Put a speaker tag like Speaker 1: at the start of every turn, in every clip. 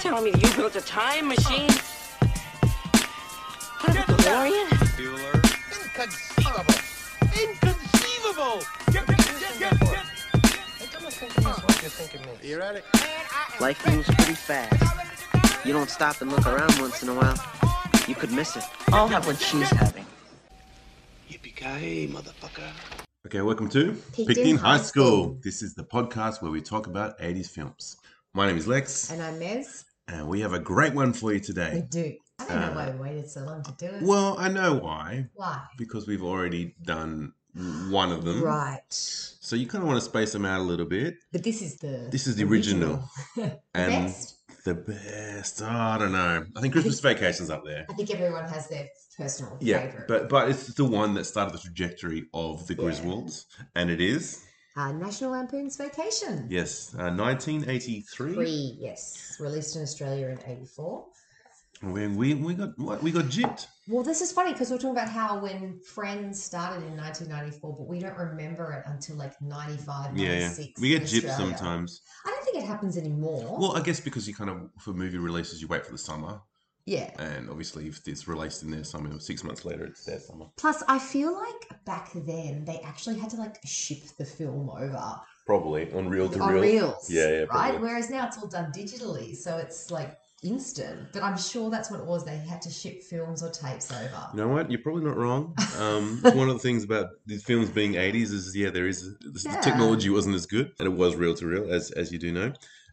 Speaker 1: telling me that you built a time machine? What, a DeLorean?
Speaker 2: Inconceivable! Inconceivable! Get, get, get, get, get. You ready?
Speaker 3: Life moves pretty fast. You don't stop and look around once in a while. You could miss it. I'll have what she's having.
Speaker 2: Yippee-ki-yay, motherfucker.
Speaker 4: Okay, welcome to
Speaker 5: Peaked
Speaker 4: Picked
Speaker 5: in
Speaker 4: in
Speaker 5: High
Speaker 4: High School.
Speaker 5: School.
Speaker 4: This is the podcast where we talk about 80s films. My name is Lex,
Speaker 5: And I'm Mez.
Speaker 4: and we have a great one for you
Speaker 5: We
Speaker 4: today.
Speaker 5: do. I don't know
Speaker 4: Uh,
Speaker 5: why we waited so long to do it.
Speaker 4: Well, I know why,
Speaker 5: why?
Speaker 4: because we've already done one of them.
Speaker 5: Right.
Speaker 4: So you kind of want to space them out a little bit.
Speaker 5: But this is the
Speaker 4: This is the original.
Speaker 5: original. The
Speaker 4: And-
Speaker 5: best.
Speaker 4: The best. Oh, I don't know. I think Christmas Vacation's up there.
Speaker 5: I think everyone has their personal
Speaker 4: Yeah,
Speaker 5: favorite.
Speaker 4: but but it's the one that started the trajectory of the
Speaker 5: Yeah.
Speaker 4: Griswolds, and it is
Speaker 5: uh, National Lampoon's Vacation.
Speaker 4: yes, uh, 1983.
Speaker 5: Three, yes, released in Australia in '84.
Speaker 4: When we we got what we got gypped.
Speaker 5: Well, this is funny because we're talking about how when Friends started in 1994, but we don't remember it until like 95,
Speaker 4: Yeah, yeah.
Speaker 5: 96.
Speaker 4: we get
Speaker 5: in
Speaker 4: gypped
Speaker 5: Australia.
Speaker 4: sometimes.
Speaker 5: I don't think it happens anymore.
Speaker 4: Well, I guess because you kind of for movie releases you wait for the summer,
Speaker 5: yeah.
Speaker 4: and obviously if it's released in their summer, six months later it's their summer.
Speaker 5: Plus, I feel like back then they actually had to like ship the film over
Speaker 4: Probably on reel to
Speaker 5: on
Speaker 4: reel.
Speaker 5: reels,
Speaker 4: Yeah, yeah,
Speaker 5: right.
Speaker 4: probably.
Speaker 5: Whereas now it's all done digitally, so it's like instant. But I'm sure that's what it was. They had to ship films or tapes over.
Speaker 4: You know what? You're probably not wrong. Um, it's one of the things about these films being 80s is yeah, there is this,
Speaker 5: Yeah.
Speaker 4: the technology wasn't as good, and it was reel to reel, as as you do know.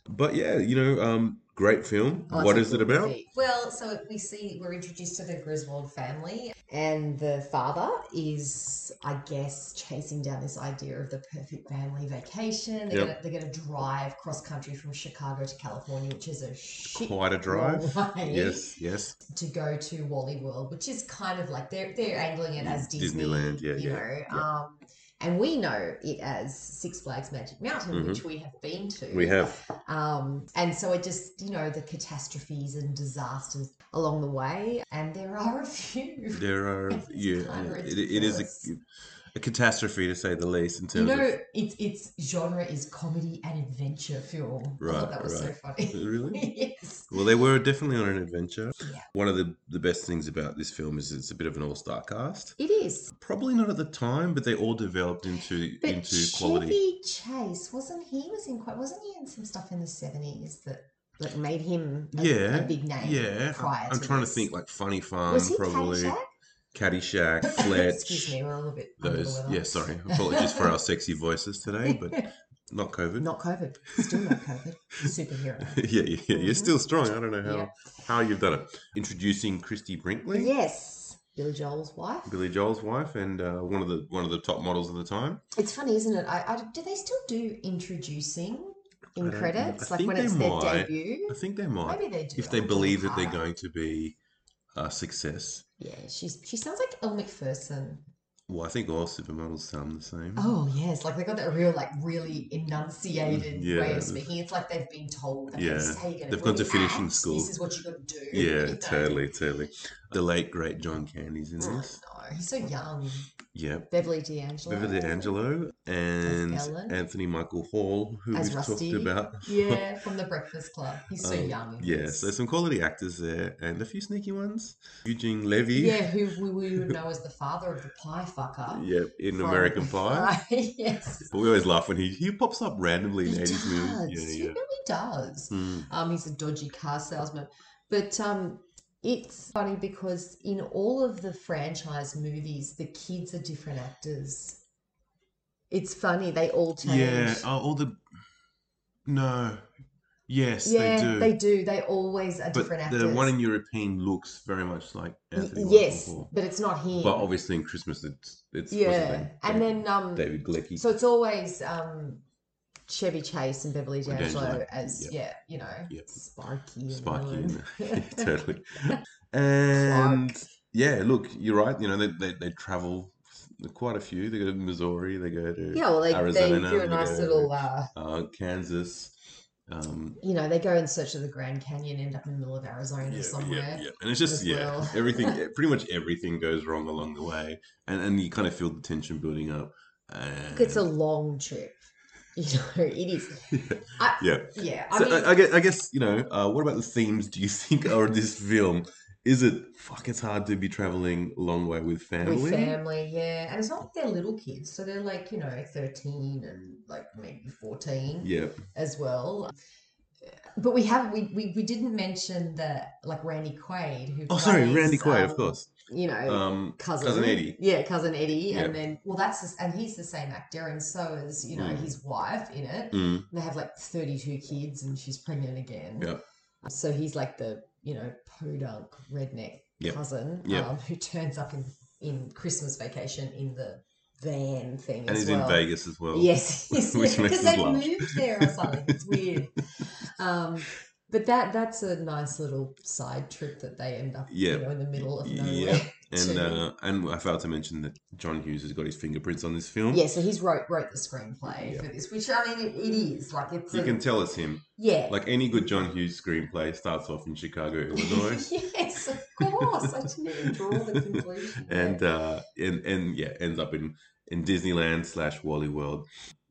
Speaker 4: But yeah, you know, um, great film.
Speaker 5: Oh, it's
Speaker 4: what
Speaker 5: a
Speaker 4: is it
Speaker 5: good
Speaker 4: about?
Speaker 5: movie. Well, so we see we're introduced to the Griswold family, and the father is, I guess, chasing down this idea of the perfect family vacation. They're
Speaker 4: Yep.
Speaker 5: gonna they're gonna drive cross country from Chicago to California, which is a shit
Speaker 4: Quite a drive.
Speaker 5: long way.
Speaker 4: Yes, yes.
Speaker 5: to go to Wally World, which is kind of like they're they're angling it as Disney,
Speaker 4: Disneyland, yeah,
Speaker 5: you
Speaker 4: yeah,
Speaker 5: know.
Speaker 4: yeah.
Speaker 5: Um, and we know it as Six Flags Magic Mountain,
Speaker 4: Mhm.
Speaker 5: which we have been to.
Speaker 4: We have.
Speaker 5: Um, and so it just, you know, the catastrophes and disasters along the way, and there are a few.
Speaker 4: There are.
Speaker 5: It's
Speaker 4: Yeah,
Speaker 5: kinda
Speaker 4: it, it is a, a catastrophe to say the least in
Speaker 5: You
Speaker 4: terms
Speaker 5: know,
Speaker 4: of.
Speaker 5: its its genre is comedy and adventure film. I
Speaker 4: Right,
Speaker 5: thought that was
Speaker 4: right.
Speaker 5: so funny.
Speaker 4: Really?
Speaker 5: yes.
Speaker 4: Well, they were definitely on an adventure.
Speaker 5: Yeah.
Speaker 4: One of the, the best things about this film is it's a bit of an all star cast.
Speaker 5: It is.
Speaker 4: Probably not at the time, but they all developed into
Speaker 5: But
Speaker 4: into quality.
Speaker 5: Chevy Chase wasn't he was in quite wasn't he in some stuff in the seventies that that made him a,
Speaker 4: yeah,
Speaker 5: a big name?
Speaker 4: Yeah,
Speaker 5: prior
Speaker 4: I'm
Speaker 5: to
Speaker 4: trying
Speaker 5: this.
Speaker 4: to think like Funny Farm,
Speaker 5: was he
Speaker 4: probably
Speaker 5: Caddyshack?
Speaker 4: Caddyshack,
Speaker 5: Excuse
Speaker 4: Fletch.
Speaker 5: me, we're a little bit under the
Speaker 4: Those,
Speaker 5: weather.
Speaker 4: yeah. Sorry, apologies for our sexy voices today, but not COVID.
Speaker 5: Not COVID. Still not COVID. Superhero.
Speaker 4: yeah, yeah, yeah, you're
Speaker 5: Mhm.
Speaker 4: still strong. I don't know how
Speaker 5: Yeah.
Speaker 4: how you've done it. Introducing Christy Brinkley,
Speaker 5: Yes. Billy Joel's wife.
Speaker 4: Billy Joel's wife, and uh, one of the one of the top models of the time.
Speaker 5: It's funny, isn't it? I, I, do they still do introducing
Speaker 4: I
Speaker 5: in
Speaker 4: don't know.
Speaker 5: credits?
Speaker 4: I
Speaker 5: Like when
Speaker 4: think
Speaker 5: it's
Speaker 4: they
Speaker 5: their
Speaker 4: might. I
Speaker 5: debut?
Speaker 4: think they might,
Speaker 5: Maybe they do.
Speaker 4: if they
Speaker 5: I'll
Speaker 4: believe that
Speaker 5: look
Speaker 4: they're
Speaker 5: higher.
Speaker 4: going to be a success.
Speaker 5: Yeah, she's, she sounds like Elle McPherson.
Speaker 4: Well, I think all supermodels sound the same.
Speaker 5: Oh, yes. Like they got that real, like, really enunciated
Speaker 4: Mm, Yeah.
Speaker 5: way of speaking. It's like they've been told. Like,
Speaker 4: Yeah.
Speaker 5: This is how you're gonna
Speaker 4: They've gone to
Speaker 5: really
Speaker 4: finishing
Speaker 5: act.
Speaker 4: school.
Speaker 5: This is what you're going to do. you
Speaker 4: Yeah,
Speaker 5: know?
Speaker 4: totally, totally. The late great John Candy's in
Speaker 5: Oh, no.
Speaker 4: this.
Speaker 5: He's so young.
Speaker 4: Yep.
Speaker 5: Beverly D'Angelo.
Speaker 4: Beverly D'Angelo and
Speaker 5: Ellen.
Speaker 4: Anthony Michael Hall, who
Speaker 5: As
Speaker 4: we've
Speaker 5: Rusty.
Speaker 4: talked about.
Speaker 5: Yeah, from The Breakfast Club. He's so
Speaker 4: Um,
Speaker 5: young. in
Speaker 4: Yeah,
Speaker 5: this.
Speaker 4: so some quality actors there and a few sneaky ones. Eugene Levy.
Speaker 5: Yeah, who we, we would know as the father of the pie fucker.
Speaker 4: Yep, in
Speaker 5: from-
Speaker 4: American Pie.
Speaker 5: Right, yes.
Speaker 4: But we always laugh when he, he pops up randomly
Speaker 5: He
Speaker 4: in
Speaker 5: does.
Speaker 4: 80s movies.
Speaker 5: He
Speaker 4: Yeah, yeah.
Speaker 5: really does.
Speaker 4: Mm.
Speaker 5: Um, he's a dodgy car salesman. But um, it's funny because in all of the franchise movies, the kids are different actors. It's funny, they all change.
Speaker 4: Yeah, oh, all the. No. Yes,
Speaker 5: Yeah,
Speaker 4: they do.
Speaker 5: they do. They always are
Speaker 4: but
Speaker 5: different actors.
Speaker 4: the one in European looks very much like
Speaker 5: Y-
Speaker 4: Anthony Michael
Speaker 5: yes,
Speaker 4: Hall.
Speaker 5: but it's not him.
Speaker 4: But obviously in Christmas, it's. it's what's his
Speaker 5: yeah.
Speaker 4: name?
Speaker 5: And then um,
Speaker 4: David Glecky.
Speaker 5: So it's always um, Chevy Chase and Beverly D'Angelo
Speaker 4: D'Angelo,
Speaker 5: as
Speaker 4: yep.
Speaker 5: yeah, you know,
Speaker 4: Yep.
Speaker 5: Sparky, and
Speaker 4: Sparky,
Speaker 5: Merlin.
Speaker 4: yeah, totally. And yeah, look, you're right. You know, they, they, they travel quite a few. They go to Missouri. They go to
Speaker 5: yeah, well, they, they
Speaker 4: Arizona,
Speaker 5: do a nice
Speaker 4: they go-
Speaker 5: little, uh,
Speaker 4: uh, Kansas. Um,
Speaker 5: you know, they go in search of the Grand Canyon, end up in the middle of Arizona
Speaker 4: yeah, yeah,
Speaker 5: somewhere.
Speaker 4: yeah, and it's just
Speaker 5: as
Speaker 4: yeah,
Speaker 5: well.
Speaker 4: everything. Pretty much everything goes wrong along the way, and and you kind of feel the tension building up. And
Speaker 5: It's a long trip. You know, it is.
Speaker 4: yeah.
Speaker 5: Yeah, I
Speaker 4: So
Speaker 5: mean,
Speaker 4: I, I guess, I guess you know, uh, what about the themes do you think are in this film? Is it fuck? It's hard to be traveling a long way with family.
Speaker 5: with family, yeah, and it's not like they're little kids, so they're like you know thirteen and like maybe fourteen.
Speaker 4: Yeah,
Speaker 5: as well. But we have we, we we didn't mention the like Randy Quaid who
Speaker 4: Oh, sorry, Randy
Speaker 5: plays,
Speaker 4: Quaid,
Speaker 5: um,
Speaker 4: of course.
Speaker 5: You know,
Speaker 4: Um,
Speaker 5: cousin,
Speaker 4: Eddie.
Speaker 5: Yeah, cousin Eddie, and
Speaker 4: Yeah.
Speaker 5: then well, that's the, and he's the same actor, and so is you know
Speaker 4: Mm.
Speaker 5: his wife in it.
Speaker 4: Mm,
Speaker 5: And they have like thirty two kids, and she's pregnant again.
Speaker 4: Yeah.
Speaker 5: So he's like the you know podunk redneck
Speaker 4: Yep.
Speaker 5: cousin
Speaker 4: Yep.
Speaker 5: um, who turns up in in Christmas vacation in the van thing,
Speaker 4: and
Speaker 5: as
Speaker 4: he's
Speaker 5: well.
Speaker 4: in Vegas as well.
Speaker 5: Yes, yes,
Speaker 4: which makes
Speaker 5: because
Speaker 4: us
Speaker 5: they
Speaker 4: laugh.
Speaker 5: moved there or something. It's weird. Um, but that that's a nice little side trip that they end up,
Speaker 4: Yeah.
Speaker 5: you know, in the middle of nowhere.
Speaker 4: Yeah, and
Speaker 5: to-
Speaker 4: uh, and I failed to mention that John Hughes has got his fingerprints on this film.
Speaker 5: yeah, so he's wrote wrote the screenplay
Speaker 4: Yeah.
Speaker 5: for this, which I mean, it, it is like it's
Speaker 4: you
Speaker 5: a-
Speaker 4: can tell it's him.
Speaker 5: yeah,
Speaker 4: Like any good John Hughes screenplay starts off in Chicago, Illinois,
Speaker 5: yes, of course. I didn't even draw the conclusion. there.
Speaker 4: and uh, and and yeah, ends up in in Disneyland slash Wally World.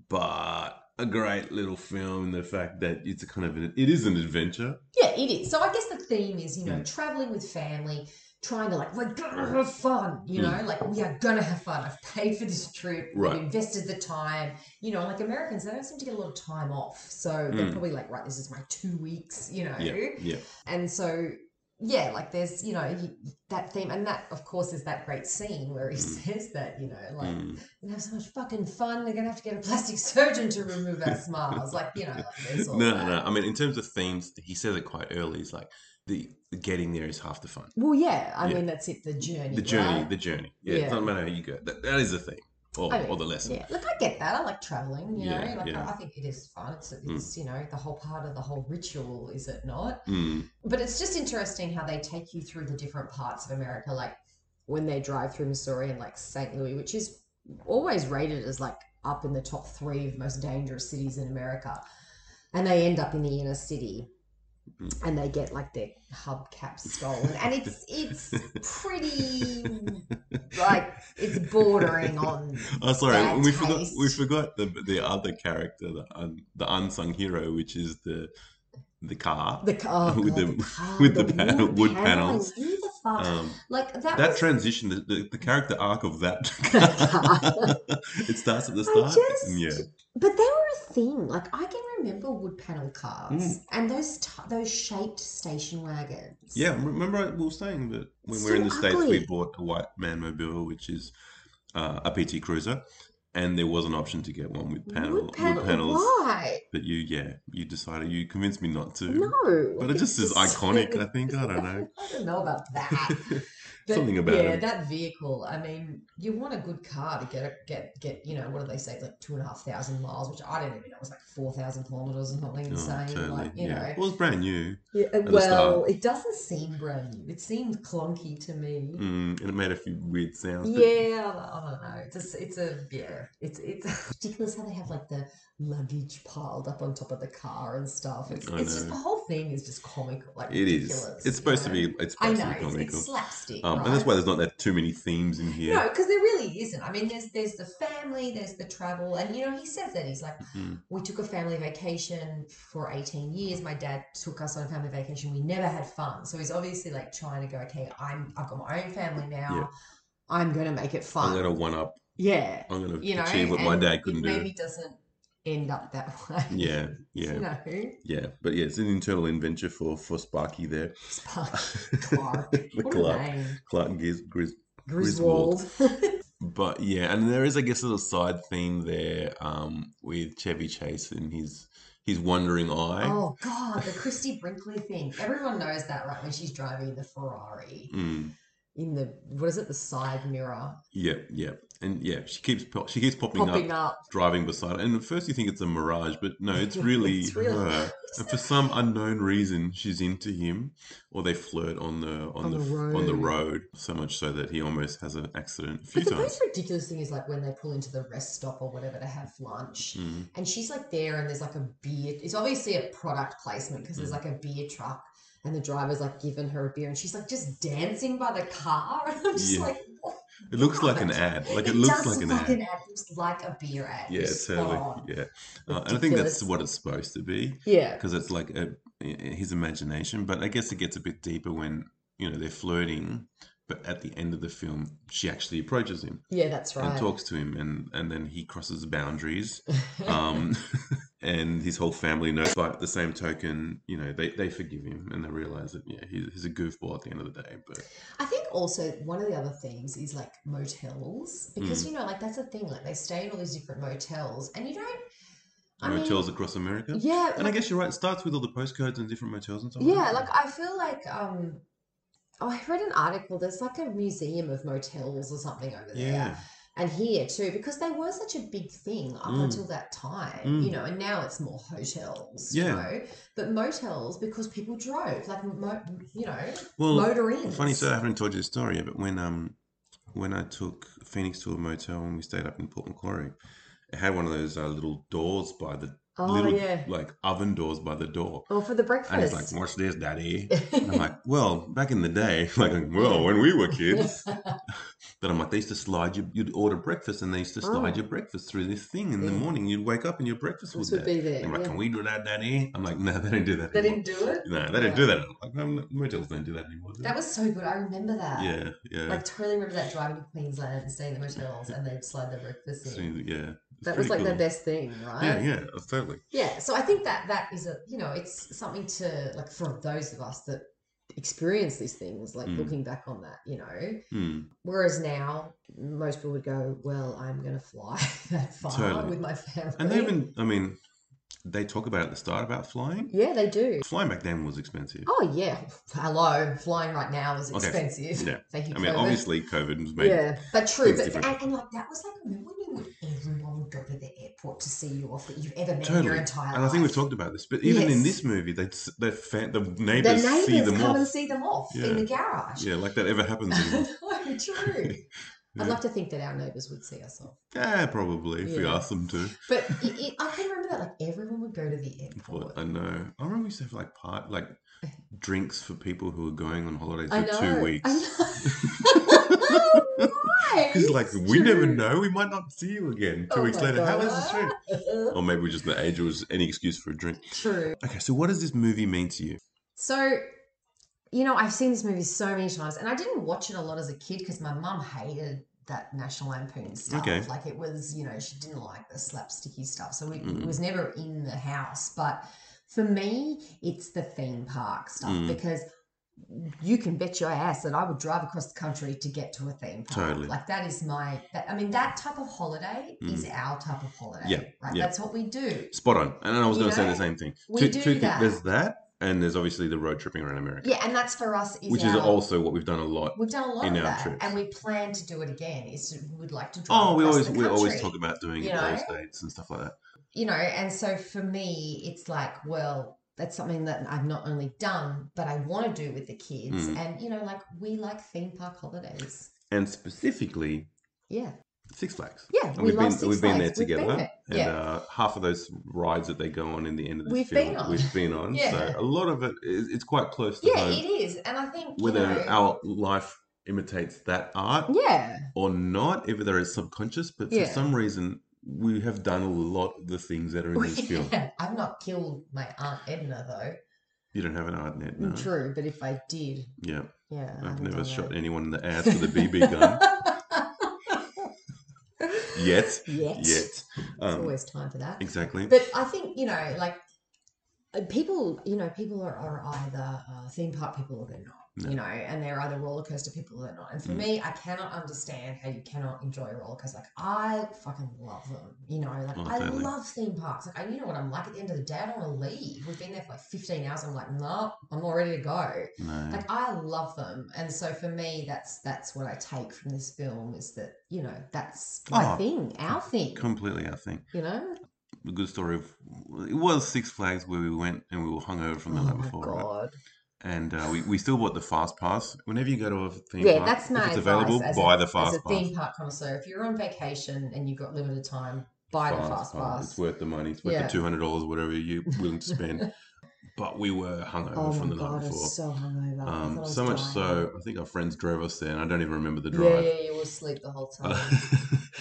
Speaker 4: But a great little film in the fact that it's a kind of an, it is an adventure.
Speaker 5: Yeah, it is. So I guess the theme is, you know,
Speaker 4: Mm.
Speaker 5: traveling with family, trying to like, we're gonna have fun, you know, like we are gonna have fun. I've paid for this trip,
Speaker 4: Mm. Right.
Speaker 5: I've invested the time, you know, like Americans, they don't seem to get a lot of time off. So they're
Speaker 4: Mm.
Speaker 5: probably like, right, this is my two weeks, you know.
Speaker 4: Yeah, yeah,
Speaker 5: And so, yeah, like there's, you know, y- that theme. And that, of course, is that great scene where he says that, you know, like,
Speaker 4: Mm.
Speaker 5: we're gonna have so much fucking fun, they're gonna have to get a plastic surgeon to remove our smiles. Like, you know, like there's all
Speaker 4: No,
Speaker 5: that.
Speaker 4: no. I mean, in terms of themes, he says it quite early. He's like, the, the getting there is half the fun.
Speaker 5: Well, yeah, I
Speaker 4: Yeah.
Speaker 5: mean that's it. The journey.
Speaker 4: The journey,
Speaker 5: right?
Speaker 4: the journey. Yeah, it
Speaker 5: Yeah.
Speaker 4: doesn't matter how you go. That, that is the theme or,
Speaker 5: I mean,
Speaker 4: or the lesson.
Speaker 5: Yeah, look, I get that. I like traveling. You
Speaker 4: Yeah,
Speaker 5: know, like
Speaker 4: yeah. Hmm.
Speaker 5: I, I think it is fun. It's, it's you know the whole part of the whole ritual, is it not?
Speaker 4: Mm,
Speaker 5: But it's just interesting how they take you through the different parts of America, like when they drive through Missouri and like St. Louis, which is always rated as like up in the top three of most dangerous cities in America, and they end up in the inner city.
Speaker 4: Mm-hmm.
Speaker 5: And they get like their hubcaps stolen, and it's it's pretty like it's bordering on
Speaker 4: Oh, sorry,
Speaker 5: Bad
Speaker 4: we forgot. We
Speaker 5: taste.
Speaker 4: forgot the the other character, the un, the unsung hero, which is the the car.
Speaker 5: The car
Speaker 4: With
Speaker 5: with the,
Speaker 4: the-
Speaker 5: car,
Speaker 4: with
Speaker 5: the
Speaker 4: the pa- wood panels.
Speaker 5: Who the fuck?
Speaker 4: um,
Speaker 5: like that,
Speaker 4: that
Speaker 5: was,
Speaker 4: transition, the, the, the character arc of that
Speaker 5: car.
Speaker 4: it starts at the
Speaker 5: I
Speaker 4: start.
Speaker 5: just-
Speaker 4: Yeah,
Speaker 5: but they were a thing. Like I can remember wood panel cars
Speaker 4: Mm.
Speaker 5: and those t- those shaped station wagons.
Speaker 4: yeah. Remember, I, we were saying that when we
Speaker 5: It's
Speaker 4: were in the
Speaker 5: so
Speaker 4: states, we
Speaker 5: ugly.
Speaker 4: bought a white man mobile, which is uh, a PT Cruiser, and there was an option to get one with panel
Speaker 5: wood, panel,
Speaker 4: wood panels.
Speaker 5: Why?
Speaker 4: But you, yeah, you decided you convinced me not to.
Speaker 5: No.
Speaker 4: But it just is iconic. I think I don't know.
Speaker 5: I don't know about that. Ah, But
Speaker 4: Something about
Speaker 5: yeah,
Speaker 4: it.
Speaker 5: that vehicle. I mean, you want a good car to get a, get get. You know, what do they say? Like two and a half thousand miles, which I don't even know. It was like four thousand kilometers or something
Speaker 4: Oh,
Speaker 5: insane. Like you
Speaker 4: yeah.
Speaker 5: know,
Speaker 4: Well, it was brand new,
Speaker 5: Yeah, uh,
Speaker 4: the
Speaker 5: well, it doesn't seem brand new. It seemed clunky to me.
Speaker 4: mm, and it made a few weird sounds. but-
Speaker 5: Yeah, I I don't know. It's just, it's a yeah. It's it's ridiculous how they have like the luggage piled up on top of the car and stuff. It's,
Speaker 4: I
Speaker 5: it's just
Speaker 4: know.
Speaker 5: the whole thing is just comical. Like
Speaker 4: it is.
Speaker 5: ridiculous, you
Speaker 4: It's supposed to
Speaker 5: know?
Speaker 4: be. It's
Speaker 5: I
Speaker 4: supposed
Speaker 5: know
Speaker 4: to be
Speaker 5: it's,
Speaker 4: comical.
Speaker 5: it's slapstick,
Speaker 4: um,
Speaker 5: right?
Speaker 4: and that's why there's not that too many themes in here.
Speaker 5: No, because there really isn't. I mean, there's there's the family, there's the travel, and you know, he says that he's like,
Speaker 4: Mm.
Speaker 5: we took a family vacation for 18 years. My dad took us on a family vacation. We never had fun, so he's obviously like trying to go, okay, I'm I've got my own family now.
Speaker 4: Yeah.
Speaker 5: I'm gonna make it
Speaker 4: I'm
Speaker 5: fun.
Speaker 4: gonna one up.
Speaker 5: yeah,
Speaker 4: I'm gonna
Speaker 5: you know,
Speaker 4: achieve what my
Speaker 5: and
Speaker 4: dad
Speaker 5: it
Speaker 4: couldn't do.
Speaker 5: Maybe doesn't end up that way.
Speaker 4: Yeah, yeah,
Speaker 5: you know,
Speaker 4: yeah. But yeah, it's an internal adventure for for Sparky there.
Speaker 5: Sparky Clark,
Speaker 4: The
Speaker 5: what
Speaker 4: Clark.
Speaker 5: a name,
Speaker 4: Clark Gris, Gris, Griswold.
Speaker 5: Griswold.
Speaker 4: But yeah, and there is, I guess, a little side theme there um, with Chevy Chase and his his wandering eye.
Speaker 5: Oh God, the Christy Brinkley thing. Everyone knows that, right? When she's driving the Ferrari
Speaker 4: Mm,
Speaker 5: in the what is it, the side mirror
Speaker 4: yeah, yeah, and yeah. She keeps po- she keeps popping, up.
Speaker 5: popping up.
Speaker 4: driving beside her. And at first you think it's a mirage, but no, it's really
Speaker 5: It's real.
Speaker 4: her. And for some unknown reason, she's into him, or they flirt on the on,
Speaker 5: On
Speaker 4: the,
Speaker 5: the
Speaker 4: f- on the
Speaker 5: road.
Speaker 4: road so much so that he almost has an accident a few
Speaker 5: But the
Speaker 4: times.
Speaker 5: most ridiculous thing is like when they pull into the rest stop or whatever to have lunch,
Speaker 4: Mm.
Speaker 5: and she's like there, and there's like a beer. It's obviously a product placement because
Speaker 4: Mm.
Speaker 5: there's like a beer truck, and the driver's like giving her a beer, and she's like just dancing by the car, and I'm just
Speaker 4: Yeah.
Speaker 5: like, what
Speaker 4: It looks like an ad. Like it, looks
Speaker 5: does
Speaker 4: like an
Speaker 5: look
Speaker 4: ad.
Speaker 5: It looks like a beer ad.
Speaker 4: Yeah,
Speaker 5: You're
Speaker 4: it's
Speaker 5: spot
Speaker 4: totally.
Speaker 5: on.
Speaker 4: Yeah, uh, and I think
Speaker 5: Ridiculous.
Speaker 4: that's what it's supposed to be
Speaker 5: Yeah.
Speaker 4: because it's like a, his imagination. But I guess it gets a bit deeper when you know they're flirting. But at the end of the film, she actually approaches him
Speaker 5: Yeah, that's right.
Speaker 4: and talks to him, and and then he crosses boundaries. Um, and his whole family knows. But at the same token, you know they they forgive him and they realize that yeah he's, he's a goofball at the end of the day. But
Speaker 5: I think also one of the other themes is like motels
Speaker 4: Mm.
Speaker 5: because you know like that's a thing like they stay in all these different motels and you don't I mean,
Speaker 4: motels across America.
Speaker 5: yeah
Speaker 4: And I guess you're right. It starts with all the postcodes and different motels and stuff.
Speaker 5: yeah
Speaker 4: that.
Speaker 5: like I feel like um oh I read an article there's like a museum of motels or something over there
Speaker 4: yeah.
Speaker 5: and here too because they were such a big thing up
Speaker 4: Mm.
Speaker 5: until that time you
Speaker 4: Mm.
Speaker 5: know and now it's more hotels you
Speaker 4: Yeah.
Speaker 5: know but motels because people drove like mo- you know
Speaker 4: Well,
Speaker 5: motor inns
Speaker 4: funny story. I haven't told you this story yet, but when um when I took Phoenix to a motel and we stayed up in Port Macquarie, it had one of those uh, little doors by the
Speaker 5: oh
Speaker 4: little
Speaker 5: yeah
Speaker 4: like oven doors by the door.
Speaker 5: or for the
Speaker 4: And it's
Speaker 5: breakfast
Speaker 4: like, what's this, daddy? And I'm like, well, back in the day, like, well, when we were kids, that I'm like, they used to slide you, you'd order breakfast and they used to slide
Speaker 5: Oh.
Speaker 4: your breakfast through this thing in the
Speaker 5: Yeah.
Speaker 4: morning. You'd wake up and your breakfast
Speaker 5: This
Speaker 4: was
Speaker 5: would
Speaker 4: there.
Speaker 5: be there.
Speaker 4: And I'm like,
Speaker 5: yeah.
Speaker 4: can we do that, daddy? I'm like, no, they don't do that.
Speaker 5: They
Speaker 4: anymore."
Speaker 5: didn't do it.
Speaker 4: No, they don't do that. anymore. Like, I'm not- motels don't do that anymore. do
Speaker 5: That
Speaker 4: they?
Speaker 5: was so good. I remember that.
Speaker 4: yeah, yeah.
Speaker 5: Like totally remember that driving to Queensland and staying in the motels and they'd slide their breakfast
Speaker 4: So,
Speaker 5: in.
Speaker 4: yeah. It's
Speaker 5: That was like their
Speaker 4: pretty cool.
Speaker 5: best thing, right?
Speaker 4: Yeah, yeah, oh, totally.
Speaker 5: Yeah, so I think that that is a you know it's something to like for those of us that experience these things like
Speaker 4: Mm.
Speaker 5: looking back on that you know
Speaker 4: Hmm.
Speaker 5: whereas now most people would go well I'm gonna fly that far
Speaker 4: Totally.
Speaker 5: with my family
Speaker 4: And they even, I mean, they talk about at the start about flying.
Speaker 5: yeah they do
Speaker 4: Flying back then was expensive.
Speaker 5: oh yeah hello flying right now is
Speaker 4: Okay,
Speaker 5: expensive
Speaker 4: yeah.
Speaker 5: thank you
Speaker 4: I mean,
Speaker 5: COVID.
Speaker 4: obviously, COVID was made.
Speaker 5: yeah, but true.
Speaker 4: things
Speaker 5: But and,
Speaker 4: different.
Speaker 5: and like that was like remember when you would everyone would go to the airport to see you off that you've ever met in your
Speaker 4: Totally.
Speaker 5: entire
Speaker 4: And I
Speaker 5: life.
Speaker 4: think we've talked about this, but even in
Speaker 5: Yes.
Speaker 4: this movie, they they fan, the
Speaker 5: the
Speaker 4: neighbors,
Speaker 5: neighbors
Speaker 4: see them
Speaker 5: come and
Speaker 4: off.
Speaker 5: see them off
Speaker 4: Yeah.
Speaker 5: in the garage.
Speaker 4: Yeah, like that ever happens anymore.
Speaker 5: no, true.
Speaker 4: Yeah.
Speaker 5: I'd love to think that our neighbours would see us off.
Speaker 4: yeah, probably if we
Speaker 5: Yeah.
Speaker 4: ask them to.
Speaker 5: But it, it, I can remember that like everyone would go to the airport.
Speaker 4: But I know. I remember we used to have like part like drinks for people who were going on holidays
Speaker 5: I
Speaker 4: for
Speaker 5: know.
Speaker 4: two weeks.
Speaker 5: I know. Why?
Speaker 4: Because like
Speaker 5: It's
Speaker 4: we never
Speaker 5: true.
Speaker 4: know, we might not see you again two
Speaker 5: Oh
Speaker 4: weeks
Speaker 5: my
Speaker 4: later. How is this true?
Speaker 5: God.
Speaker 4: Or maybe just the age was any excuse for a drink.
Speaker 5: True.
Speaker 4: Okay, so what does this movie mean to you?
Speaker 5: So, you know, I've seen this movie so many times, and I didn't watch it a lot as a kid because my mum hated that National Lampoon stuff.
Speaker 4: Okay.
Speaker 5: Like it was, you know, she didn't like the slapsticky stuff, so it, it
Speaker 4: Mm.
Speaker 5: was never in the house. But for me, it's the theme park stuff
Speaker 4: Mm.
Speaker 5: because you can bet your ass that I would drive across the country to get to a theme park.
Speaker 4: Totally.
Speaker 5: Like that is my. That, I mean, that type of holiday is our type of holiday.
Speaker 4: Mm. Yeah,
Speaker 5: Right.
Speaker 4: yeah.
Speaker 5: That's what we do.
Speaker 4: Spot on. And I was
Speaker 5: You
Speaker 4: going to say
Speaker 5: know,
Speaker 4: the same thing.
Speaker 5: we do
Speaker 4: thi-
Speaker 5: that.
Speaker 4: There's that, and there's obviously the road tripping around America,
Speaker 5: Yeah, and that's for us. Is
Speaker 4: which
Speaker 5: our,
Speaker 4: is also what we've done a lot.
Speaker 5: We've done a lot
Speaker 4: in
Speaker 5: of
Speaker 4: our
Speaker 5: that,
Speaker 4: trips.
Speaker 5: and we plan to do it again. Is to- we would like to drive.
Speaker 4: Oh, we
Speaker 5: across
Speaker 4: always
Speaker 5: the
Speaker 4: we always
Speaker 5: country,
Speaker 4: talk about doing
Speaker 5: you
Speaker 4: it
Speaker 5: know?
Speaker 4: those dates and stuff like that.
Speaker 5: You know, and so for me, it's like, well, that's something that I've not only done, but I want to do with the kids,
Speaker 4: Mm.
Speaker 5: and you know, like we like theme park holidays.
Speaker 4: And specifically
Speaker 5: Yeah,
Speaker 4: Six Flags.
Speaker 5: yeah,
Speaker 4: And
Speaker 5: we
Speaker 4: we've
Speaker 5: love
Speaker 4: been
Speaker 5: Six
Speaker 4: we've been there
Speaker 5: Flags. We've
Speaker 4: together,
Speaker 5: there.
Speaker 4: and
Speaker 5: yeah,
Speaker 4: uh, half of those rides that they go on in the end of the
Speaker 5: We've
Speaker 4: film,
Speaker 5: been on.
Speaker 4: we've been on.
Speaker 5: Yeah.
Speaker 4: So a lot of it, is, it's quite close to
Speaker 5: yeah,
Speaker 4: home.
Speaker 5: it is, and I think you
Speaker 4: Whether
Speaker 5: know,
Speaker 4: our life imitates that art
Speaker 5: yeah,
Speaker 4: or not, if there is subconscious, but for
Speaker 5: Yeah.
Speaker 4: some reason we have done a lot of the things that are in this film.
Speaker 5: yeah. I've not killed my aunt Edna though.
Speaker 4: You don't have an art net, no.
Speaker 5: True, but if I did,
Speaker 4: Yeah,
Speaker 5: yeah, I
Speaker 4: I've
Speaker 5: haven't
Speaker 4: never
Speaker 5: done
Speaker 4: shot
Speaker 5: that.
Speaker 4: anyone in the ass with a BB gun yet.
Speaker 5: Yet.
Speaker 4: Yet,
Speaker 5: There's
Speaker 4: um,
Speaker 5: always time for that.
Speaker 4: exactly.
Speaker 5: But I think you know, like uh, people, you know, people are, are either uh, theme park people or they're not.
Speaker 4: No.
Speaker 5: You know, and they're either roller coaster people or they're not. And for
Speaker 4: Mm.
Speaker 5: me, I cannot understand how you cannot enjoy a roller coaster. Like I fucking love them. You know, like
Speaker 4: Oh,
Speaker 5: I
Speaker 4: totally.
Speaker 5: love theme parks. Like I, you know what I'm like. At the end of the day, I don't want to leave. We've been there for like 15 hours. I'm like, no, I'm not ready to go.
Speaker 4: No.
Speaker 5: Like I love them, and so for me, that's that's what I take from this film is that you know that's my
Speaker 4: Oh,
Speaker 5: thing, our thing.
Speaker 4: Completely, I think.
Speaker 5: you know,
Speaker 4: A good story of it was Six Flags where we went and we were hungover from the
Speaker 5: oh
Speaker 4: night
Speaker 5: my
Speaker 4: before, right?
Speaker 5: god.
Speaker 4: and uh, we, we still bought the fast pass. Whenever you go to a theme
Speaker 5: Yeah,
Speaker 4: park,
Speaker 5: that's my
Speaker 4: if it's
Speaker 5: advice
Speaker 4: available,
Speaker 5: as
Speaker 4: buy
Speaker 5: a,
Speaker 4: the fast
Speaker 5: as a
Speaker 4: pass.
Speaker 5: theme park connoisseur. If you're on vacation and you've got limited time, buy the fast pass.
Speaker 4: It's worth the money. It's worth
Speaker 5: Yeah.
Speaker 4: the two hundred dollars, whatever you're willing to spend. but we were hungover
Speaker 5: Oh
Speaker 4: from
Speaker 5: my
Speaker 4: the night
Speaker 5: god, I
Speaker 4: before.
Speaker 5: was so hungover. I thought I
Speaker 4: um,
Speaker 5: was
Speaker 4: so much
Speaker 5: dying.
Speaker 4: so, I think our friends drove us there, and I don't even remember the
Speaker 5: Yeah,
Speaker 4: drive.
Speaker 5: yeah, you were asleep the whole time.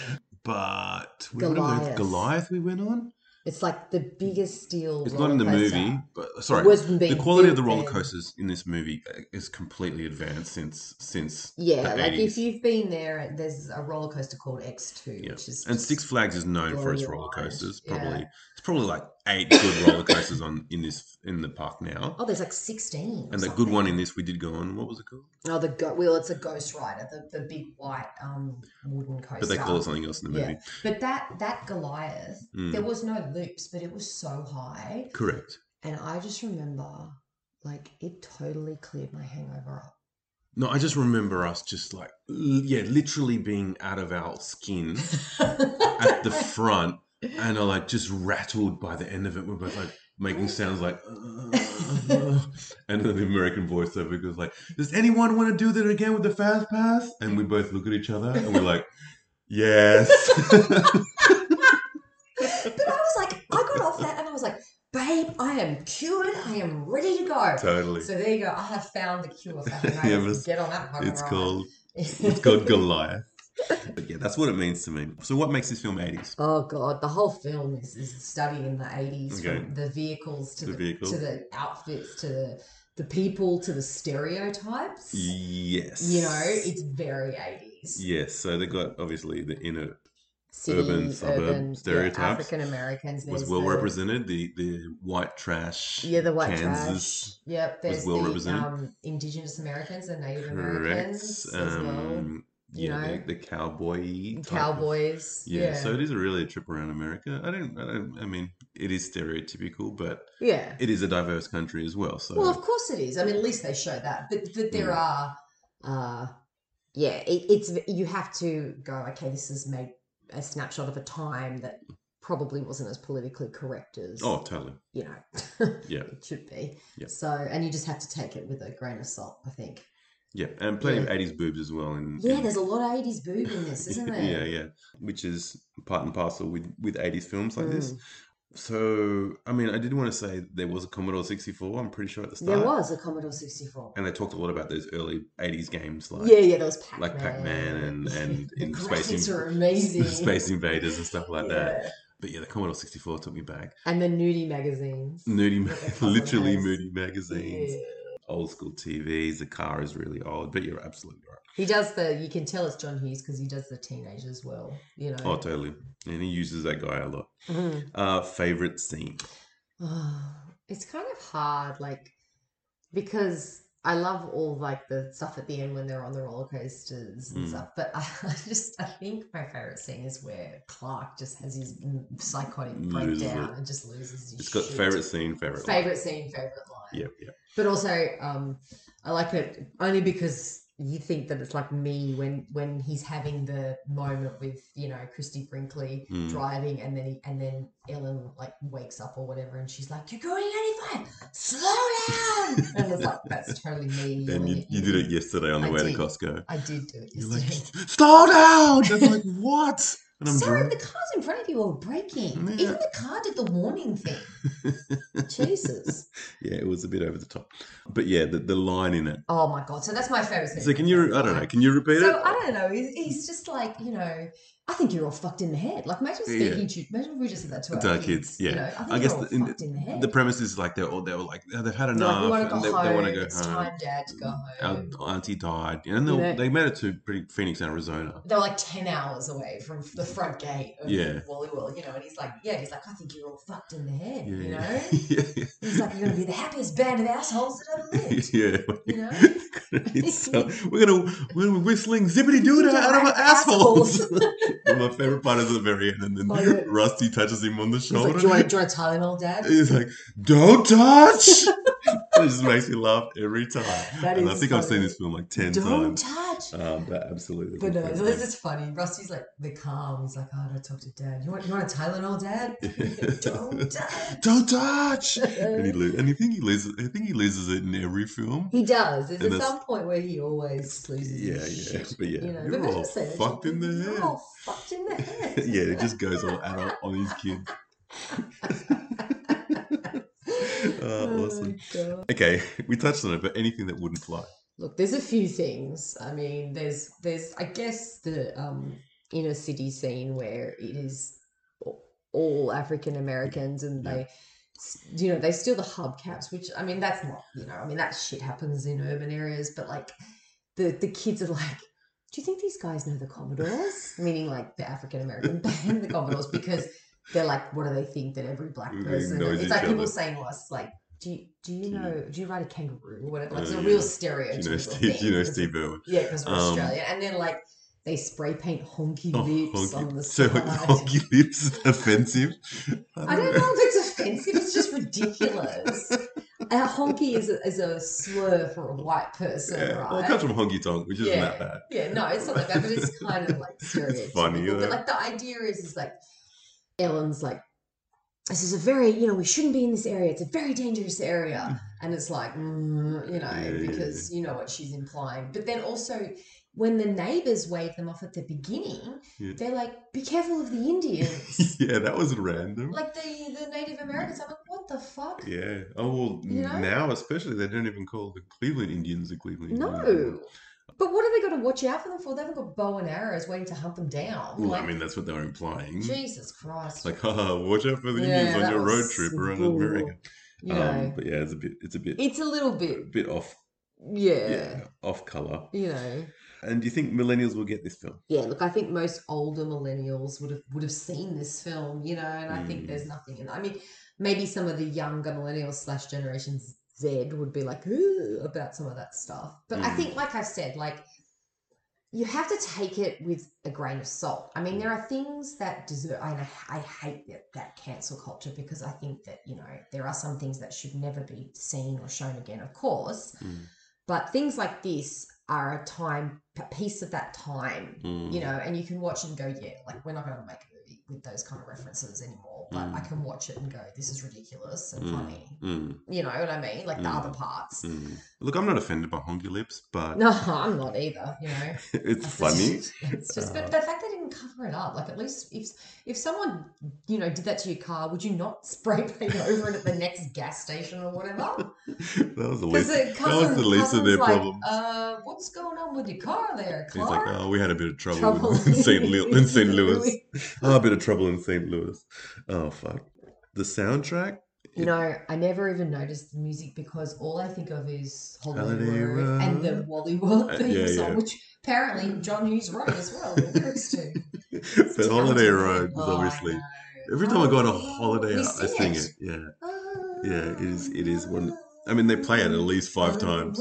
Speaker 4: Uh, but we went on
Speaker 5: Goliath.
Speaker 4: Goliath. We went on.
Speaker 5: it's like the biggest steel.
Speaker 4: It's not in the
Speaker 5: roller
Speaker 4: movie,
Speaker 5: coaster.
Speaker 4: but sorry,
Speaker 5: It wasn't
Speaker 4: the
Speaker 5: being
Speaker 4: quality of the
Speaker 5: built
Speaker 4: roller
Speaker 5: then.
Speaker 4: coasters in this movie is completely advanced since since
Speaker 5: Yeah,
Speaker 4: the
Speaker 5: like
Speaker 4: 80s.
Speaker 5: if you've been there, there's a roller coaster called X2,
Speaker 4: Yeah.
Speaker 5: which is
Speaker 4: And
Speaker 5: just-
Speaker 4: Six Flags is known for its
Speaker 5: blow your
Speaker 4: roller
Speaker 5: mind.
Speaker 4: coasters.
Speaker 5: Yeah.
Speaker 4: Probably it's probably like eight good roller coasters on in this in the park now.
Speaker 5: Oh, there's like 16. or
Speaker 4: and that good one
Speaker 5: something.
Speaker 4: in this we did go on. What was it called?
Speaker 5: Oh, the go- well, it's a Ghost Rider, the, the big white um wooden coaster.
Speaker 4: But they call it something else in the
Speaker 5: Yeah.
Speaker 4: movie.
Speaker 5: But that that Goliath,
Speaker 4: Mm.
Speaker 5: there was no loops, but it was so high,
Speaker 4: Correct.
Speaker 5: and I just remember like it totally cleared my hangover up.
Speaker 4: No, I just remember us just like l- yeah, literally being out of our skin at the front, and are like just rattled by the end of it. We're both like making sounds like. "Uh," and then the American voiceover goes like, "Does anyone want to do that again with the fast pass?" And we both look at each other and we're like, "Yes."
Speaker 5: but I was like, I got off that, and I was like, babe, I am cured. I am ready to go.
Speaker 4: totally.
Speaker 5: So there you go. I have found the cure for
Speaker 4: Yeah, but
Speaker 5: hangovers.
Speaker 4: it's-
Speaker 5: Get on that one.
Speaker 4: It's called it's called Goliath. But yeah, that's what it means to me. So what makes this film 80s?
Speaker 5: Oh god, the whole film is, is a study in the eighties,
Speaker 4: Okay.
Speaker 5: from the vehicles to
Speaker 4: The
Speaker 5: the,
Speaker 4: vehicle.
Speaker 5: to the outfits to the the people to the stereotypes.
Speaker 4: Yes.
Speaker 5: You know, it's very eighties.
Speaker 4: Yes, so they got obviously the inner
Speaker 5: City,
Speaker 4: urban, suburb stereotypes
Speaker 5: African Americans
Speaker 4: was
Speaker 5: there's
Speaker 4: well
Speaker 5: the-
Speaker 4: represented. The the white trash,
Speaker 5: Yeah, the white
Speaker 4: Kansas,
Speaker 5: trash. Yep, there's
Speaker 4: well
Speaker 5: the
Speaker 4: represented.
Speaker 5: um, Indigenous Americans and Native
Speaker 4: correct.
Speaker 5: Americans as well.
Speaker 4: Um,
Speaker 5: you
Speaker 4: yeah,
Speaker 5: know.
Speaker 4: the, the cowboy, type of-
Speaker 5: Cowboys.
Speaker 4: yeah,
Speaker 5: yeah.
Speaker 4: so it is a really a trip around America. I don't, I don't, I mean, it is stereotypical, but
Speaker 5: yeah.
Speaker 4: it is a diverse country as well. So
Speaker 5: Well, of course it is. I mean, at least they show that. But but there
Speaker 4: Mm.
Speaker 5: are, uh, yeah, it, it's you have to go. Okay, this is made a snapshot of a time that probably wasn't as politically correct as
Speaker 4: oh, totally,
Speaker 5: you know
Speaker 4: yeah,
Speaker 5: it should be.
Speaker 4: Yeah.
Speaker 5: So and you just have to take it with a grain of salt, I think.
Speaker 4: yeah, and plenty of
Speaker 5: Yeah.
Speaker 4: eighties boobs as well. In,
Speaker 5: Yeah,
Speaker 4: in-
Speaker 5: there's a lot of '80s boob in this, isn't there?
Speaker 4: Mm. yeah, yeah, which is part and parcel with with eighties films like this.
Speaker 5: Mm.
Speaker 4: So, I mean, I did want to say there was a Commodore 64, I'm pretty sure at the start.
Speaker 5: There was a Commodore 64.
Speaker 4: And they talked a lot about those early 80s games like
Speaker 5: yeah, yeah, there was Pac-Man.
Speaker 4: like Pac-Man and- and
Speaker 5: the
Speaker 4: in Space
Speaker 5: graphics
Speaker 4: Inv-
Speaker 5: are
Speaker 4: the
Speaker 5: amazing.
Speaker 4: Space Invaders and stuff like that.
Speaker 5: Yeah.
Speaker 4: But yeah, the Commodore 64 took me back.
Speaker 5: And the nudie magazines.
Speaker 4: Nudie,
Speaker 5: With the
Speaker 4: ma-
Speaker 5: cover
Speaker 4: literally
Speaker 5: letters.
Speaker 4: moody magazines,
Speaker 5: Yeah.
Speaker 4: old school TVs. The car is really old, but you're absolutely right.
Speaker 5: He does the. You can tell it's John Hughes because he does the teenage as well. You know.
Speaker 4: Oh, totally. And he uses that guy a lot.
Speaker 5: Mhm.
Speaker 4: Uh, favorite scene?
Speaker 5: Ah, it's kind of hard, like because I love all like the stuff at the end when they're on the roller coasters and
Speaker 4: Mm.
Speaker 5: stuff. But I, I just I think my favorite scene is where Clark just has his mm, psychotic
Speaker 4: Loses
Speaker 5: breakdown
Speaker 4: it.
Speaker 5: and just loses his.
Speaker 4: It's got
Speaker 5: shit.
Speaker 4: favorite scene, favorite. line.
Speaker 5: favorite scene, favorite line.
Speaker 4: Yeah, yeah.
Speaker 5: but also um i like it only because you think that it's like me when when he's having the moment with you know christy brinkley
Speaker 4: Mm.
Speaker 5: driving and then he, and then ellen like wakes up or whatever and she's like you're going 85 slow down and it's like that's totally me
Speaker 4: And
Speaker 5: yelling
Speaker 4: you,
Speaker 5: at
Speaker 4: you did it yesterday on the
Speaker 5: I
Speaker 4: way
Speaker 5: did.
Speaker 4: to Costco.
Speaker 5: i did do it
Speaker 4: You're like,
Speaker 5: yesterday
Speaker 4: slow down! And I'm like, what? And I'm
Speaker 5: Sorry,
Speaker 4: drunk.
Speaker 5: the cars in front of you are braking.
Speaker 4: Yeah.
Speaker 5: Even the car did the warning thing. Jesus.
Speaker 4: Yeah, it was a bit over the top. But yeah, the, the line in it.
Speaker 5: Oh my god. So that's my favorite scene.
Speaker 4: So can you, I don't know, can you repeat
Speaker 5: so
Speaker 4: it?
Speaker 5: I don't know. He's, he's just like you know. I think you're all fucked in the head. Like imagine
Speaker 4: Yeah.
Speaker 5: speaking to imagine if we just said that to our,
Speaker 4: To our
Speaker 5: kids.
Speaker 4: kids, yeah.
Speaker 5: You know, I, think
Speaker 4: I guess
Speaker 5: you're all
Speaker 4: the- in the-
Speaker 5: fucked in the head.
Speaker 4: The premise is like they're all, they were like, oh, they've had
Speaker 5: They're like,
Speaker 4: enough.
Speaker 5: we want to go
Speaker 4: and they,
Speaker 5: home.
Speaker 4: they want to go
Speaker 5: it's
Speaker 4: home.
Speaker 5: time, Dad, to go home.
Speaker 4: Our auntie died. And they,
Speaker 5: You know-
Speaker 4: they made it to pretty Phoenix, Arizona.
Speaker 5: They're like ten hours away from the front gate of
Speaker 4: Yeah.
Speaker 5: Wally World, you know. And he's like, yeah, he's like, I think you're all fucked in the head,
Speaker 4: Yeah.
Speaker 5: you know.
Speaker 4: yeah.
Speaker 5: He's like, you're gonna be the happiest band of assholes that ever lived.
Speaker 4: yeah.
Speaker 5: You know?
Speaker 4: It's so- we're gonna we're gonna be whistling zippity doo dah out of our assholes. And my favorite part is at the very end, and then
Speaker 5: Oh, yeah.
Speaker 4: Rusty touches him on the
Speaker 5: He's
Speaker 4: shoulder.
Speaker 5: like, do you want to Tylenol, Dad?
Speaker 4: He's like, "Don't touch." it just makes me laugh every time.
Speaker 5: That
Speaker 4: and I
Speaker 5: is
Speaker 4: think I've seen
Speaker 5: funny.
Speaker 4: this film like 10
Speaker 5: Don't
Speaker 4: times.
Speaker 5: touch.
Speaker 4: Um, that absolutely. is
Speaker 5: But no,
Speaker 4: my
Speaker 5: so
Speaker 4: favorite.
Speaker 5: this is funny. Rusty's like the calm. He's like, oh, I don't talk to dad. You want you want a Tylenol, dad? don't dad.
Speaker 4: Don't touch. and he lo- and I think he loses. I think he loses it in every film.
Speaker 5: He does. There's
Speaker 4: And
Speaker 5: at
Speaker 4: that's-
Speaker 5: some point where he always loses.
Speaker 4: Yeah,
Speaker 5: his
Speaker 4: yeah,
Speaker 5: shit,
Speaker 4: but yeah,
Speaker 5: you know,
Speaker 4: you're
Speaker 5: but
Speaker 4: all
Speaker 5: that's it.
Speaker 4: fucked in the
Speaker 5: You're
Speaker 4: head.
Speaker 5: all fucked in the head.
Speaker 4: yeah, it just goes all adult on his kids.
Speaker 5: Uh.
Speaker 4: Oh, awesome.
Speaker 5: God.
Speaker 4: Okay, we touched on it, but anything that wouldn't fly.
Speaker 5: Look, there's a few things. I mean, there's there's I guess the um inner city scene where it is a- all African Americans and
Speaker 4: Yeah.
Speaker 5: they s- you know, they steal the hubcaps, which I mean that's not, you know, I mean that shit happens in urban areas, but like the the kids are like do you think these guys know the Commodores? Meaning like the African American band, the Commodores, because they're like, what do they think that every black
Speaker 4: They
Speaker 5: person?
Speaker 4: acknowledge
Speaker 5: It's like
Speaker 4: each
Speaker 5: people
Speaker 4: other.
Speaker 5: saying to us, like, do you, do you
Speaker 4: Do you-
Speaker 5: know do you ride a kangaroo or whatever? Like
Speaker 4: Oh,
Speaker 5: it's a
Speaker 4: yeah.
Speaker 5: real
Speaker 4: Do
Speaker 5: stereotype.
Speaker 4: you know Steve? Do you know Steve Irwin?
Speaker 5: Yeah, because we're
Speaker 4: Um,
Speaker 5: Australian, and then like they spray paint honky lips on the
Speaker 4: Oh, So
Speaker 5: side.
Speaker 4: honky lips offensive.
Speaker 5: I don't know if it's offensive. It's just ridiculous. a honky is a, is a slur for a white person,
Speaker 4: Yeah,
Speaker 5: right?
Speaker 4: well, it comes from honky tonk, which isn't
Speaker 5: yeah.
Speaker 4: that bad.
Speaker 5: Yeah, no, it's not like that, but it's kind of like stereotypical.
Speaker 4: funny, though.
Speaker 5: but like the idea is, is like Ellen's like, this is a very, you know, we shouldn't be in this area. It's a very dangerous area, and it's like, mm, you know,
Speaker 4: Yeah, yeah,
Speaker 5: because you know what she's implying. But then also, when the neighbors wave them off at the beginning,
Speaker 4: Yeah.
Speaker 5: they're like, be careful of the Indians.
Speaker 4: yeah, that was random.
Speaker 5: like the the Native Americans, I'm like, what the fuck?
Speaker 4: yeah. Oh well,
Speaker 5: You know?
Speaker 4: now especially they don't even call the Cleveland Indians the Cleveland Indians.
Speaker 5: No. But what are they going to watch out for them for? They haven't got bow and arrows waiting to hunt them down.
Speaker 4: Well,
Speaker 5: Like,
Speaker 4: I mean that's what they were implying.
Speaker 5: Jesus Christ.
Speaker 4: Like, haha, watch out for the
Speaker 5: Yeah,
Speaker 4: Indians on
Speaker 5: that
Speaker 4: your road
Speaker 5: was-
Speaker 4: trip around
Speaker 5: Ooh.
Speaker 4: America.
Speaker 5: you
Speaker 4: Um,
Speaker 5: know,
Speaker 4: but yeah, it's a bit, it's a bit,
Speaker 5: it's a little
Speaker 4: a
Speaker 5: bit,
Speaker 4: bit off,
Speaker 5: yeah,
Speaker 4: yeah, off color.
Speaker 5: you know.
Speaker 4: And do you think millennials will get this film?
Speaker 5: Yeah, look, I think most older millennials would have would have seen this film, you know, and I think
Speaker 4: Mm.
Speaker 5: there's nothing in. I mean, maybe some of the younger millennials slash Generation Z would be like, ooh, about some of that stuff. But I
Speaker 4: Mm.
Speaker 5: think, like I've said, like you have to take it with a grain of salt. I mean, there
Speaker 4: Mm.
Speaker 5: are things that deserve. I I hate that, that cancel culture because I think that you know there are some things that should never be seen or shown again, of course.
Speaker 4: Mm.
Speaker 5: But things like this are a time a piece of that time
Speaker 4: Mm.
Speaker 5: you know, and you can watch and go, yeah, like we're not going to make a movie with those kind of references anymore, but I
Speaker 4: Mm.
Speaker 5: can watch it and go, this is ridiculous and
Speaker 4: Mm.
Speaker 5: funny.
Speaker 4: Mm,
Speaker 5: You know what I mean? Like the
Speaker 4: Mm.
Speaker 5: other parts.
Speaker 4: mm. Look, I'm not offended by honky lips, but
Speaker 5: No, I'm not either. You know,
Speaker 4: it's funny.
Speaker 5: It's just,
Speaker 4: Uh,
Speaker 5: but the fact they didn't cover it up, like at least if if someone you know did that to your car, would you not spray paint over it at the next gas station or whatever?
Speaker 4: that was the
Speaker 5: Because
Speaker 4: least.
Speaker 5: the
Speaker 4: that was
Speaker 5: cousin,
Speaker 4: the least of
Speaker 5: cousin's
Speaker 4: their
Speaker 5: like,
Speaker 4: problems.
Speaker 5: Uh, what's going on with your car there,
Speaker 4: He's like,
Speaker 5: Clark?
Speaker 4: oh, we had a bit of trouble, in St. Louis. In St. Louis. oh, a bit of trouble in St. Louis. Oh, fuck. The soundtrack?
Speaker 5: You know, I never even noticed the music because all I think of is Holiday,
Speaker 4: Holiday
Speaker 5: Road, and the
Speaker 4: Road.
Speaker 5: Wally World
Speaker 4: Uh,
Speaker 5: theme
Speaker 4: yeah,
Speaker 5: song,
Speaker 4: yeah.
Speaker 5: which apparently John Hughes wrote as well. The lyrics to.
Speaker 4: but Holiday Road was
Speaker 5: Oh, I
Speaker 4: obviously.
Speaker 5: know. Oh,
Speaker 4: Every time I go on a
Speaker 5: Holiday Road.
Speaker 4: holiday,
Speaker 5: We
Speaker 4: I I sing it. Yeah. Yeah, it is- it is one- I mean, they play it at least five times.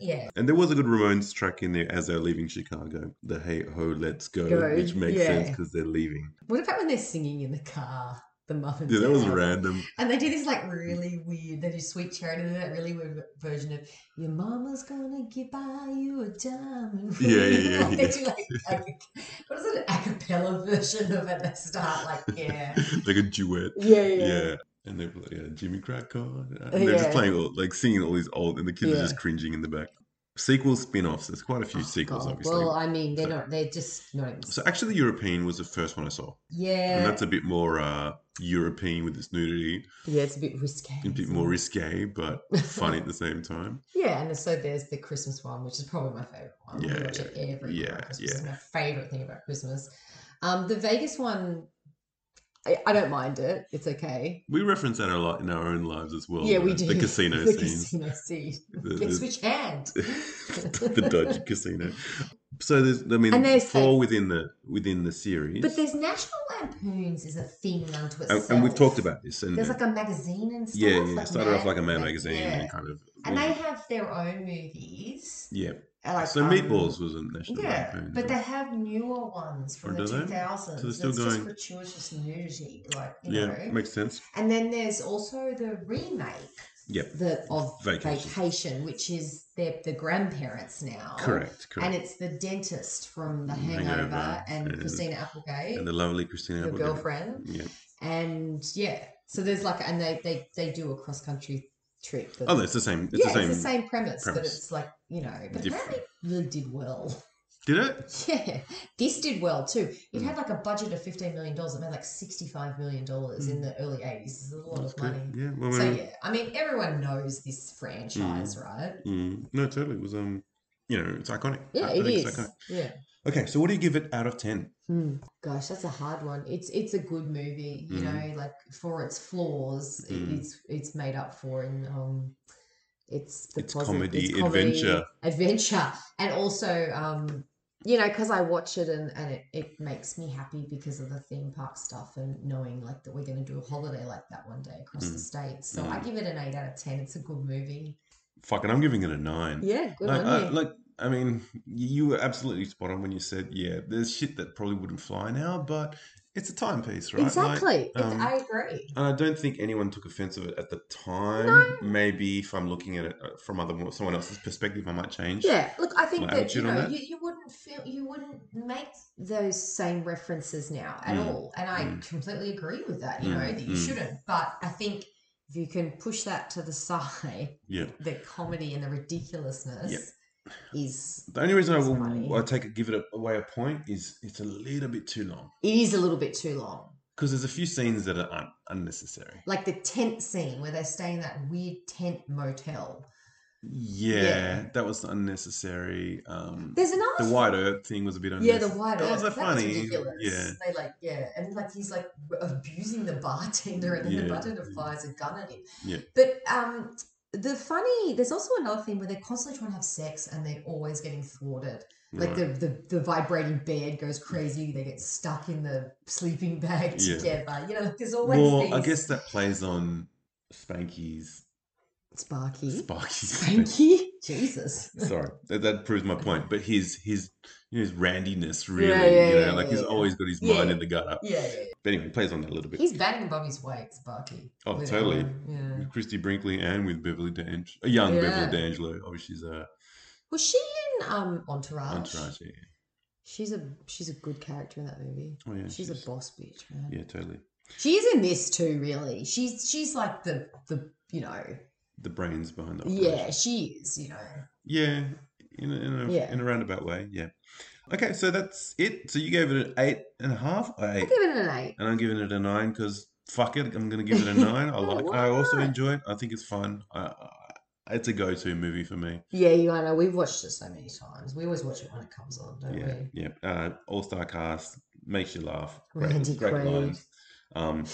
Speaker 5: Yeah.
Speaker 4: And there was a good Ramones track in there as they're leaving Chicago. The Hey Ho, Let's Go,
Speaker 5: Go,
Speaker 4: which makes
Speaker 5: yeah.
Speaker 4: sense because they're leaving.
Speaker 5: What about when they're singing in the car? The muffin.
Speaker 4: Yeah, that was random.
Speaker 5: And they do this like really weird, they do Sweet Charity, and that really weird version of Your mama's gonna get buy you a diamond. ring."
Speaker 4: Yeah, yeah, yeah,
Speaker 5: Like, they
Speaker 4: yeah.
Speaker 5: do like, a- what is it, an a cappella version of it? They start like, yeah.
Speaker 4: like a duet.
Speaker 5: Yeah,
Speaker 4: Yeah.
Speaker 5: yeah.
Speaker 4: And they're like, yeah, Jimmy Cracker. And they're just
Speaker 5: Yeah.
Speaker 4: playing, all, like singing all these old, and the kids
Speaker 5: Yeah. Oh,
Speaker 4: are just cringing in the back. Sequels, spin offs. There's quite a few sequels, obviously.
Speaker 5: Well, I mean, they're
Speaker 4: So-
Speaker 5: not, they're just not even.
Speaker 4: So actually, the European was the first one I saw, and
Speaker 5: yeah.
Speaker 4: that's a bit more uh, European with its nudity,
Speaker 5: Yeah, it's a bit risque.
Speaker 4: a bit
Speaker 5: isn't
Speaker 4: more
Speaker 5: it?
Speaker 4: risque but funny at the same time.
Speaker 5: Yeah, and so there's the Christmas one, which is probably my favorite one.
Speaker 4: Yeah,
Speaker 5: we watch it every
Speaker 4: yeah,
Speaker 5: year. at Christmas. It's
Speaker 4: yeah.
Speaker 5: my favorite thing about Christmas. Um, the Vegas one, I, I don't mind it. It's okay.
Speaker 4: We reference that a lot in our own lives as well.
Speaker 5: yeah, we
Speaker 4: uh,
Speaker 5: do
Speaker 4: the casino
Speaker 5: the
Speaker 4: scenes,
Speaker 5: Casino scene.
Speaker 4: The-
Speaker 5: Guess
Speaker 4: the-
Speaker 5: which hand?
Speaker 4: the dodgy casino. So there's, I mean,
Speaker 5: And there's that-
Speaker 4: four within the within the series,
Speaker 5: But there's National Lampoons is a thing unto
Speaker 4: and,
Speaker 5: itself.
Speaker 4: and we've talked about this. And uh,
Speaker 5: There's like a magazine and stuff.
Speaker 4: yeah, yeah, it started off
Speaker 5: Mad-
Speaker 4: like a Mad magazine
Speaker 5: Yeah.
Speaker 4: and kind of
Speaker 5: And they have their own movies.
Speaker 4: yeah.
Speaker 5: uh, Like,
Speaker 4: so
Speaker 5: um,
Speaker 4: Meatballs was a national
Speaker 5: Yeah,
Speaker 4: Lampoon,
Speaker 5: but
Speaker 4: right?
Speaker 5: they have newer ones from
Speaker 4: Oh,
Speaker 5: the
Speaker 4: do they?
Speaker 5: two thousands.
Speaker 4: So they're still
Speaker 5: it's
Speaker 4: going-
Speaker 5: just gratuitous nudity, like you
Speaker 4: yeah,
Speaker 5: know.
Speaker 4: makes sense.
Speaker 5: And then there's also the remake,
Speaker 4: Yep,
Speaker 5: the of
Speaker 4: Vacation.
Speaker 5: vacation, which is they're the grandparents now.
Speaker 4: correct, correct.
Speaker 5: um,
Speaker 4: Mm,
Speaker 5: And it's the dentist from The Hangover,
Speaker 4: Hangover
Speaker 5: and,
Speaker 4: and-
Speaker 5: Christina Applegate,
Speaker 4: And the lovely Christina.
Speaker 5: your
Speaker 4: Applegate.
Speaker 5: girlfriend,
Speaker 4: Yeah.
Speaker 5: and yeah. So there's like, and they they they do a cross country trip. that-
Speaker 4: Oh, no, it's the same. It's
Speaker 5: yeah,
Speaker 4: the same.
Speaker 5: it's the same premise, but
Speaker 4: premise.
Speaker 5: it's like you know, but
Speaker 4: Different.
Speaker 5: apparently really did well.
Speaker 4: Did it?
Speaker 5: Yeah, this did well too. It
Speaker 4: Mm.
Speaker 5: had like a budget of fifteen million dollars. It made like sixty-five million dollars in the early eighties. It's a lot
Speaker 4: Mm. That's
Speaker 5: of money.
Speaker 4: good. Yeah. Well,
Speaker 5: So
Speaker 4: um,
Speaker 5: yeah, I mean, everyone knows this franchise, right?
Speaker 4: mm, no, totally. It was um, you know, it's iconic.
Speaker 5: Yeah,
Speaker 4: I
Speaker 5: it
Speaker 4: think it's
Speaker 5: is.
Speaker 4: iconic.
Speaker 5: Yeah.
Speaker 4: Okay, so what do you give it out of ten?
Speaker 5: Hmm. Gosh, that's a hard one. It's it's a good movie, you know, like for its flaws, it-
Speaker 4: Mm.
Speaker 5: it's it's made up for in um, it's the
Speaker 4: It's
Speaker 5: posi-
Speaker 4: comedy,
Speaker 5: it's comedy,
Speaker 4: adventure.
Speaker 5: adventure, and also um, you know, because I watch it and and it it makes me happy because of the theme park stuff and knowing like that we're going to do a holiday like that one day across
Speaker 4: Mm.
Speaker 5: the states. So I give it an eight out of ten. It's a good movie.
Speaker 4: Fucking, I'm giving it a nine.
Speaker 5: Yeah, good
Speaker 4: like,
Speaker 5: on
Speaker 4: I,
Speaker 5: you.
Speaker 4: like, I mean, you were absolutely spot on when you said, yeah, there's shit that probably wouldn't fly now, but it's a timepiece, right? Like,
Speaker 5: Exactly. It's-
Speaker 4: um,
Speaker 5: I agree.
Speaker 4: And I don't think anyone took offense of it at the time. Maybe if I'm looking at it uh, from other someone else's perspective, I might change.
Speaker 5: Yeah, look, I think
Speaker 4: my
Speaker 5: that you
Speaker 4: attitude on
Speaker 5: know
Speaker 4: that.
Speaker 5: you, you wouldn't feel you wouldn't make those same references now at
Speaker 4: Mm,
Speaker 5: all, and I
Speaker 4: mm.
Speaker 5: completely agree with that. You
Speaker 4: Mm,
Speaker 5: know that you
Speaker 4: mm.
Speaker 5: shouldn't, but I think if you can push that to the side,
Speaker 4: Yeah.
Speaker 5: the comedy and the ridiculousness is
Speaker 4: The only reason I
Speaker 5: It's
Speaker 4: will
Speaker 5: funny.
Speaker 4: I take it, give it a, away a point is it's a little bit too long
Speaker 5: it is a little bit too long.
Speaker 4: because there's a few scenes that are un- unnecessary.
Speaker 5: Like the tent scene where they stay in that weird tent motel.
Speaker 4: Yeah,
Speaker 5: Yeah.
Speaker 4: that was unnecessary. Um,
Speaker 5: There's another
Speaker 4: the white herb thing was a bit
Speaker 5: Yeah, the
Speaker 4: unnecessary.
Speaker 5: white
Speaker 4: That was
Speaker 5: earth. That
Speaker 4: a
Speaker 5: was
Speaker 4: funny.
Speaker 5: ridiculous.
Speaker 4: Yeah.
Speaker 5: They like yeah, and like he's like abusing the bartender, and then
Speaker 4: Yeah.
Speaker 5: the bartender fires a gun at him.
Speaker 4: Yeah.
Speaker 5: But um, the funny there's also another thing where they're constantly trying to have sex, and they're always getting thwarted. Like
Speaker 4: Right.
Speaker 5: the, the the vibrating bed goes crazy. They get stuck in the sleeping bag
Speaker 4: Yeah.
Speaker 5: together. You know, like there's always
Speaker 4: well,
Speaker 5: these
Speaker 4: I guess that plays on Spanky's
Speaker 5: Sparky,
Speaker 4: Sparky's.
Speaker 5: Spanky, Jesus.
Speaker 4: Sorry, that, that proves my point. But his his you know, his randiness really,
Speaker 5: yeah,
Speaker 4: you know,
Speaker 5: yeah,
Speaker 4: like he's
Speaker 5: yeah.
Speaker 4: always got his
Speaker 5: Yeah.
Speaker 4: mind in the gutter.
Speaker 5: Yeah, yeah, yeah.
Speaker 4: But anyway, he plays on that a little bit.
Speaker 5: he's batting above his weight, Sparky.
Speaker 4: Oh,
Speaker 5: with
Speaker 4: totally.
Speaker 5: Ellen. Yeah.
Speaker 4: with Christy Brinkley and with Beverly D'Angelo, a young
Speaker 5: Yeah.
Speaker 4: Beverly D'Angelo. Obviously, she's a
Speaker 5: Was she in um, Entourage?
Speaker 4: entourage. Yeah,
Speaker 5: She's a she's a good character in that movie.
Speaker 4: Oh, yeah,
Speaker 5: she's,
Speaker 4: she's-
Speaker 5: a boss bitch, man.
Speaker 4: yeah, totally.
Speaker 5: She is in this too, really. She's she's like the the you know
Speaker 4: The brains behind that.
Speaker 5: yeah she is you know
Speaker 4: yeah, in a, in a,
Speaker 5: Yeah.
Speaker 4: in a roundabout way. Yeah. Okay, so that's it. So you gave it an eight and a half, or
Speaker 5: I
Speaker 4: eight,
Speaker 5: give it an eight.
Speaker 4: and I'm giving it a nine because fuck it, I'm gonna give it a nine. I like.
Speaker 5: why
Speaker 4: I also
Speaker 5: not?
Speaker 4: enjoy it. I think it's fun. I, I, it's a go-to movie for me.
Speaker 5: Yeah, you I know we've watched it so many times. We always watch it when it comes on, don't
Speaker 4: Yeah,
Speaker 5: we?
Speaker 4: yeah. Uh, all-star cast makes you laugh.
Speaker 5: Randy
Speaker 4: Great, great
Speaker 5: Quaid.
Speaker 4: lines. Um,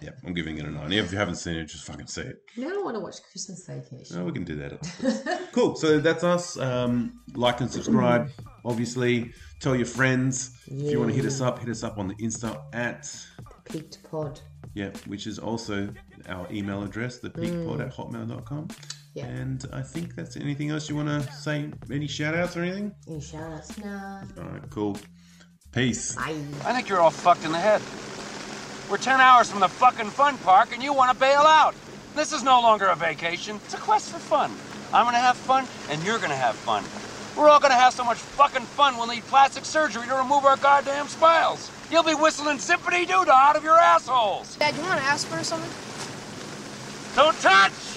Speaker 4: yeah, I'm giving it a nine. If you haven't seen it, just fucking see it.
Speaker 5: Now I want to watch Christmas Vacation.
Speaker 4: No, we can do that. afterwards. cool. So that's us. Um, like and subscribe. Obviously, tell your friends. If you want to hit us up, hit us up on the Insta at
Speaker 5: Peaked Pod.
Speaker 4: yeah, which is also our email address, thepeakpod at hotmail.com.
Speaker 5: Yeah.
Speaker 4: And I think that's anything else you want to say? Any shout outs or anything?
Speaker 5: Any shout outs? Nah.
Speaker 4: All right, cool. Peace.
Speaker 5: Bye.
Speaker 6: I think you're all fucked in the head. We're 10 hours from the fucking fun park and you want to bail out. This is no longer a vacation. It's a quest for fun. I'm going to have fun and you're going to have fun. We're all going to have so much fucking fun we'll need plastic surgery to remove our goddamn smiles. You'll be whistling zippity doo dah out of your assholes.
Speaker 7: Dad, you want to ask for something?
Speaker 6: Don't touch!